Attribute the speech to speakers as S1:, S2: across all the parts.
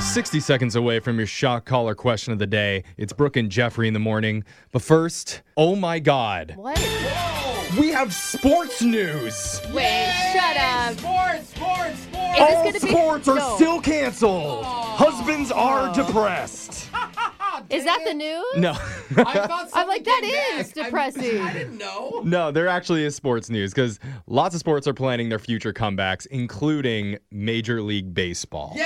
S1: 60 seconds away from your shock collar question of the day. It's Brooke and Jeffrey in the morning. But first, oh my God,
S2: What?
S1: we have sports news.
S2: Wait, shut up.
S3: Sports, sports, sports.
S2: Is this
S1: All
S2: gonna be-
S1: sports are
S2: No.
S1: still canceled. Husbands are depressed.
S2: Is that the news?
S1: No,
S3: I thought
S2: I'm like, that is
S3: I'm-
S2: depressing.
S3: I didn't know.
S1: no, there actually is sports news because lots of sports are planning their future comebacks, including Major League Baseball.
S3: Yeah,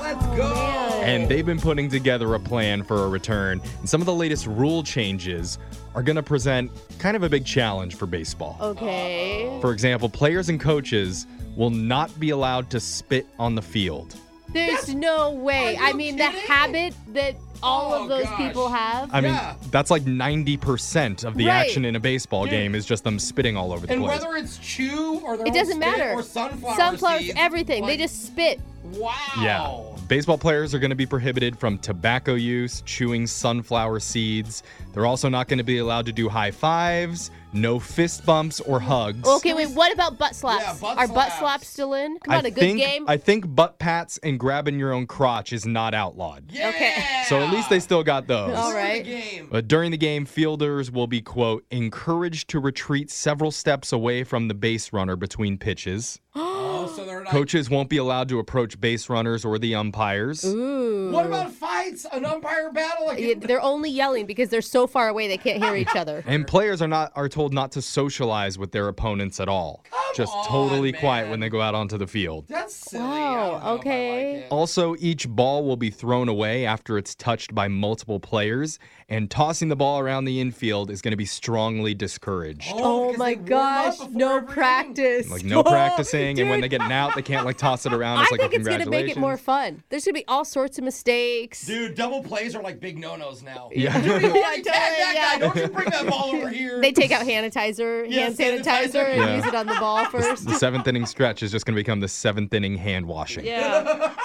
S3: let's
S2: Oh,
S3: go.
S1: And they've been putting together a plan for a return. And some of the latest rule changes are going to present kind of a big challenge for baseball.
S2: Okay.
S1: For example, players and coaches will not be allowed to spit on the field.
S2: There's no way.
S3: Are
S2: I
S3: you
S2: mean, the
S3: kidding?
S2: habit that all
S3: Oh,
S2: of those
S3: gosh.
S2: people have.
S1: I
S3: Yeah.
S1: mean, that's like 90% of the
S2: Right.
S1: action in a baseball
S3: Dude.
S1: game is just them spitting all over the
S3: And
S1: place.
S3: whether it's chew or their
S2: it
S3: own
S2: doesn't
S3: spit
S2: matter.
S3: or sunflower
S2: Sunflowers,
S3: seeds,
S2: everything.
S3: like,
S2: They just spit.
S3: wow.
S1: yeah. Baseball players are going to be prohibited from tobacco use, chewing sunflower seeds. They're also not going to be allowed to do high fives, no fist bumps or hugs.
S2: Okay, wait. What about butt slaps?
S3: Yeah, butt
S2: Are butt
S3: slaps.
S2: slaps still in? Come on, a good
S1: think,
S2: game.
S1: I think butt pats and grabbing your own crotch is not outlawed.
S3: Yeah.
S2: Okay.
S1: So at least they Uh, still got those.
S2: All
S3: Clear
S2: right.
S3: The game.
S1: But during the game, fielders will be, quote, encouraged to retreat several steps away from the base runner between pitches.
S3: Oh, so they're not.
S1: Coaches won't be allowed to approach base runners or the umpires.
S2: Ooh.
S3: What about fights? An umpire battle? Like,
S2: Yeah, They're only yelling because they're so far away they can't hear each other.
S1: And players are not are told not to socialize with their opponents at all. Just
S3: on,
S1: totally quiet
S3: man.
S1: when they go out onto the field.
S3: That's silly.
S2: Wow,
S3: I don't know if I
S2: okay. Oh
S3: like it.
S1: Also, each ball will be thrown away after it's touched by multiple players, and tossing the ball around the infield is going to be strongly discouraged.
S2: Oh
S3: because
S2: my
S3: they warm up
S2: gosh,
S3: before
S2: no
S3: every game.
S2: practice.
S1: Like no
S2: Oh,
S1: practicing, and when
S2: dude,
S1: they get an out, they can't like toss it around.
S2: I
S1: It's like
S2: think
S1: a
S2: it's gonna make it more
S1: congratulations.
S2: fun. There's gonna be all sorts of mistakes.
S3: Dude, double plays are like big no-nos now.
S1: Yeah.
S3: Don't you
S2: Yeah,
S3: tag that guy.
S2: totally,
S3: Don't you bring that ball over here.
S2: They take out sanitizer,
S3: Yeah,
S2: hand sanitizer,
S3: sanitizer.
S2: and
S1: Yeah.
S2: use it on the ball first.
S1: The seventh inning stretch is just going to become the seventh inning hand washing.
S2: Yeah.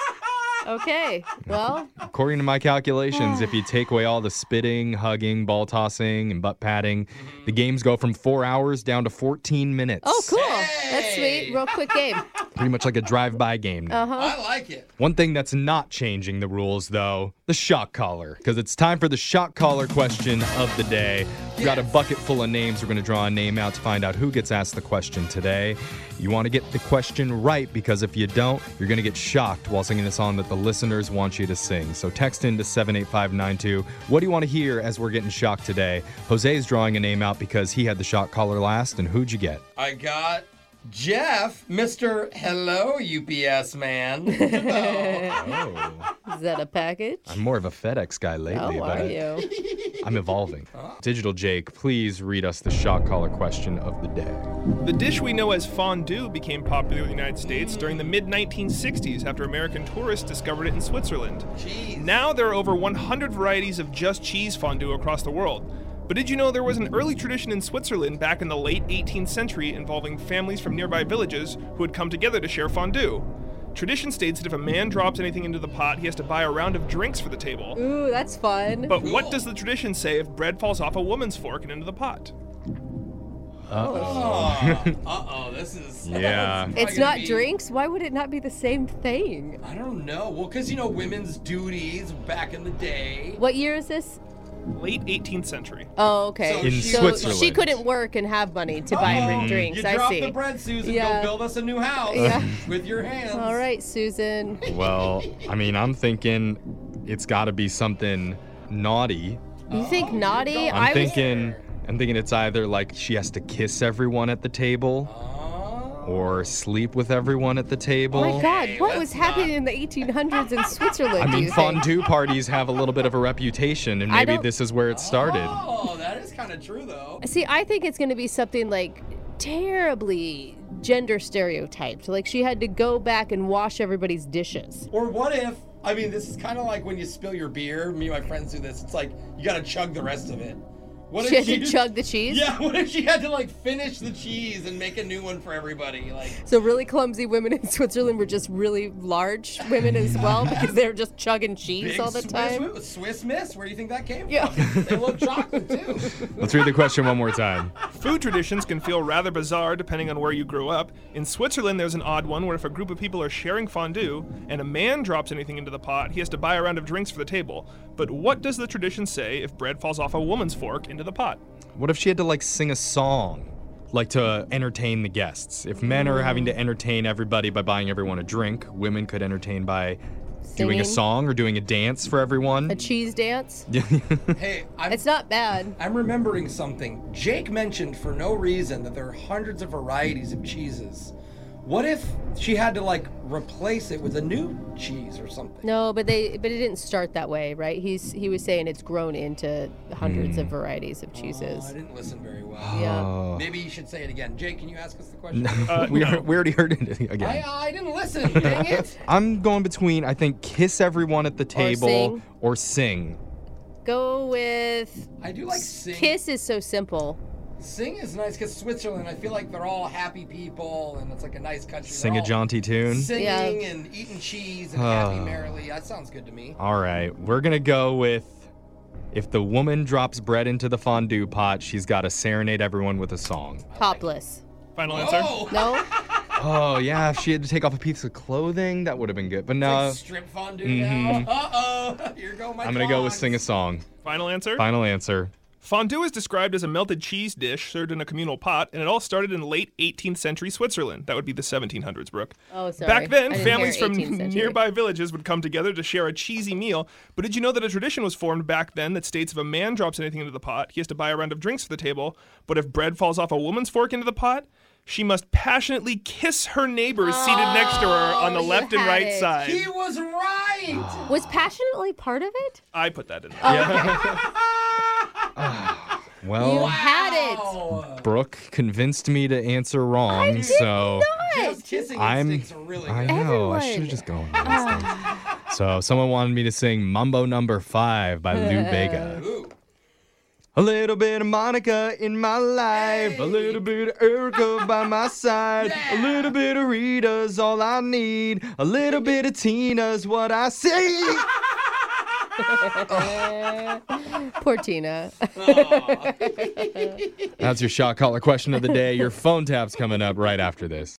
S2: Okay. Well,
S1: According to my calculations, if you take away all the spitting, hugging, ball tossing, and butt patting, the games go from four hours down to 14 minutes.
S2: oh, cool. That's sweet. Real quick game.
S1: Pretty much like a drive-by game. Now.
S2: Uh huh.
S3: I like it.
S1: One thing that's not changing the rules, though, the shock collar. Because it's time for the shock collar question of the day. We've got a bucket full of names. We're going to draw a name out to find out who gets asked the question today. You want to get the question right because if you don't, you're going to get shocked while singing a song that the listeners want you to sing. So text in to 78592. What do you want to hear as we're getting shocked today? Jose is drawing a name out because he had the shock collar last. And who'd you get?
S3: I got Jeff, Mr. Hello UPS man.
S1: Oh,
S2: Is that a package?
S1: I'm more of a FedEx guy lately.
S2: How
S1: but
S2: Oh, are
S1: I-
S2: you?
S1: I'm evolving. Digital Jake, please read us the shock collar question of the day.
S4: The dish we know as fondue became popular in the United States during the mid 1960s after American tourists discovered it in Switzerland.
S3: Jeez.
S4: Now there are over 100 varieties of just cheese fondue across the world. But did you know there was an early tradition in Switzerland back in the late 18th century involving families from nearby villages who had come together to share fondue? Tradition states that if a man drops anything into the pot, he has to buy a round of drinks for the table.
S2: Ooh, that's fun.
S4: But what does the tradition say if bread falls off a woman's fork and into the pot?
S3: Uh oh, this is.
S1: Yeah.
S3: probably
S2: Oh. it's
S3: gonna
S2: not
S3: be-
S2: drinks. Why would it not be the same thing?
S3: I don't know. Well, because you know women's duties back in the day.
S2: What year is this?
S4: Late 18th century.
S2: Oh, okay.
S3: So In Oh. Mm-hmm.
S2: so
S1: Switzerland.
S2: she couldn't work and have money to buy her drinks.
S3: You
S2: I
S3: drop
S2: see.
S3: the bread, Susan.
S2: Yeah.
S3: Go build us a new house
S2: Yeah.
S3: with your hands.
S2: All right, Susan.
S1: Well, I mean, I'm thinking it's got to be something naughty.
S2: You think naughty?
S1: I'm
S2: was-
S1: thinking I'm thinking it's either like she has to kiss everyone at the table
S3: Oh.
S1: or sleep with everyone at the table.
S2: Oh my God, what
S3: let's
S2: was happening in the 1800s in Switzerland?
S1: I
S2: do
S1: mean,
S2: you think?
S1: fondue parties have a little bit of a reputation, and
S2: I
S1: maybe
S2: don't-
S1: this is where it started.
S3: Oh, that is kind of true though.
S2: See, I think it's going to be something like terribly gender stereotyped. Like she had to go back and wash everybody's dishes.
S3: Or what if? I mean, this is kind of like when you spill your beer. Me and my friends do this. It's like you gotta chug the rest of it. What
S2: She
S3: if
S2: had to chug the cheese.
S3: Yeah, what if she had to like finish the cheese and make a new one for everybody? Like,
S2: So really clumsy women in Switzerland were just really large women as well because they were just chugging cheese
S3: big
S2: all the
S3: Swiss,
S2: time.
S3: Swiss Miss, where do you think that came
S2: Yeah.
S3: from? They love chocolate too.
S1: Let's read the question one more time.
S4: Food traditions can feel rather bizarre depending on where you grew up. In Switzerland, there's an odd one where if a group of people are sharing fondue and a man drops anything into the pot, he has to buy a round of drinks for the table. But what does the tradition say if bread falls off a woman's fork into the pot?
S1: What if she had to like sing a song, like to entertain the guests? If men are having to entertain everybody by buying everyone a drink, women could entertain by doing
S2: Singing.
S1: a song or doing a dance for everyone.
S2: A cheese dance.
S3: hey, I'm,
S2: It's not bad.
S3: I'm remembering something. Jake mentioned for no reason that there are hundreds of varieties of cheeses. What if she had to like replace it with a new cheese or something?
S2: No, but they but it didn't start that way, right? He's he was saying it's grown into hundreds
S3: Mm.
S2: of varieties of
S3: Oh, I
S2: cheeses.
S3: didn't listen very well.
S2: Yeah.
S1: Uh.
S3: Maybe you should say it again. Jake, can you ask us the question?
S1: we, are, we already heard it again.
S3: I, I didn't listen. Dang it.
S1: I'm going between I think kiss everyone at the table
S2: sing.
S1: or sing.
S2: Go with
S3: I do like sing.
S2: kiss is so simple.
S3: Sing is nice because Switzerland. I feel like they're all happy people, and it's like a nice country. They're
S1: Sing a
S3: all
S1: jaunty tune.
S3: Singing
S2: Yeah.
S3: and eating cheese and happy
S1: Ah.
S3: merrily. That sounds good to me.
S1: All right, we're gonna go with if the woman drops bread into the fondue pot, she's got to serenade everyone with a song.
S2: Topless.
S4: Final answer?
S3: Oh,
S2: No?
S1: Oh yeah, if she had to take off a piece of clothing, that would have been good. But no,
S3: like strip fondue now. Uh oh, here go my.
S1: mm-hmm. I'm gonna go with
S3: clogs.
S1: sing a song.
S4: Final answer?
S1: Final answer.
S4: Fondue is described as a melted cheese dish served in a communal pot, and it all started in late 18th century Switzerland. That would be the 1700s, Brooke.
S2: Oh, sorry.
S4: Back then,
S2: I didn't
S4: families
S2: hear
S4: from
S2: 18th century.
S4: nearby villages would come together to share a cheesy meal. But did you know that a tradition was formed back then that states if a man drops anything into the pot, he has to buy a round of drinks for the table. But if bread falls off a woman's fork into the pot, she must passionately kiss her neighbors seated next to her on the
S2: Oh, you
S4: left and
S2: had
S4: right
S2: it.
S4: side.
S3: He was
S1: Ah.
S3: right.
S2: Was passionately part of it?
S4: I put that in there.
S2: You
S1: Well,
S2: had it.
S3: Oh,
S1: Brooke convinced me to answer wrong, so
S3: just kissing
S1: I'm-
S3: instincts are really
S1: I
S3: good.
S1: know I should
S2: Everyone. Uh.
S1: have just gone. with this thing. So someone wanted me to sing "Mambo Number Five by Lou Bega.
S3: Ooh.
S1: A little bit of Monica in my life, a little bit of Erica by my side, a little bit of Rita's all I need, a little bit of Tina's what I see.
S2: Poor Tina.
S1: That's your shot caller question of the day. Your phone tap's coming up right after this.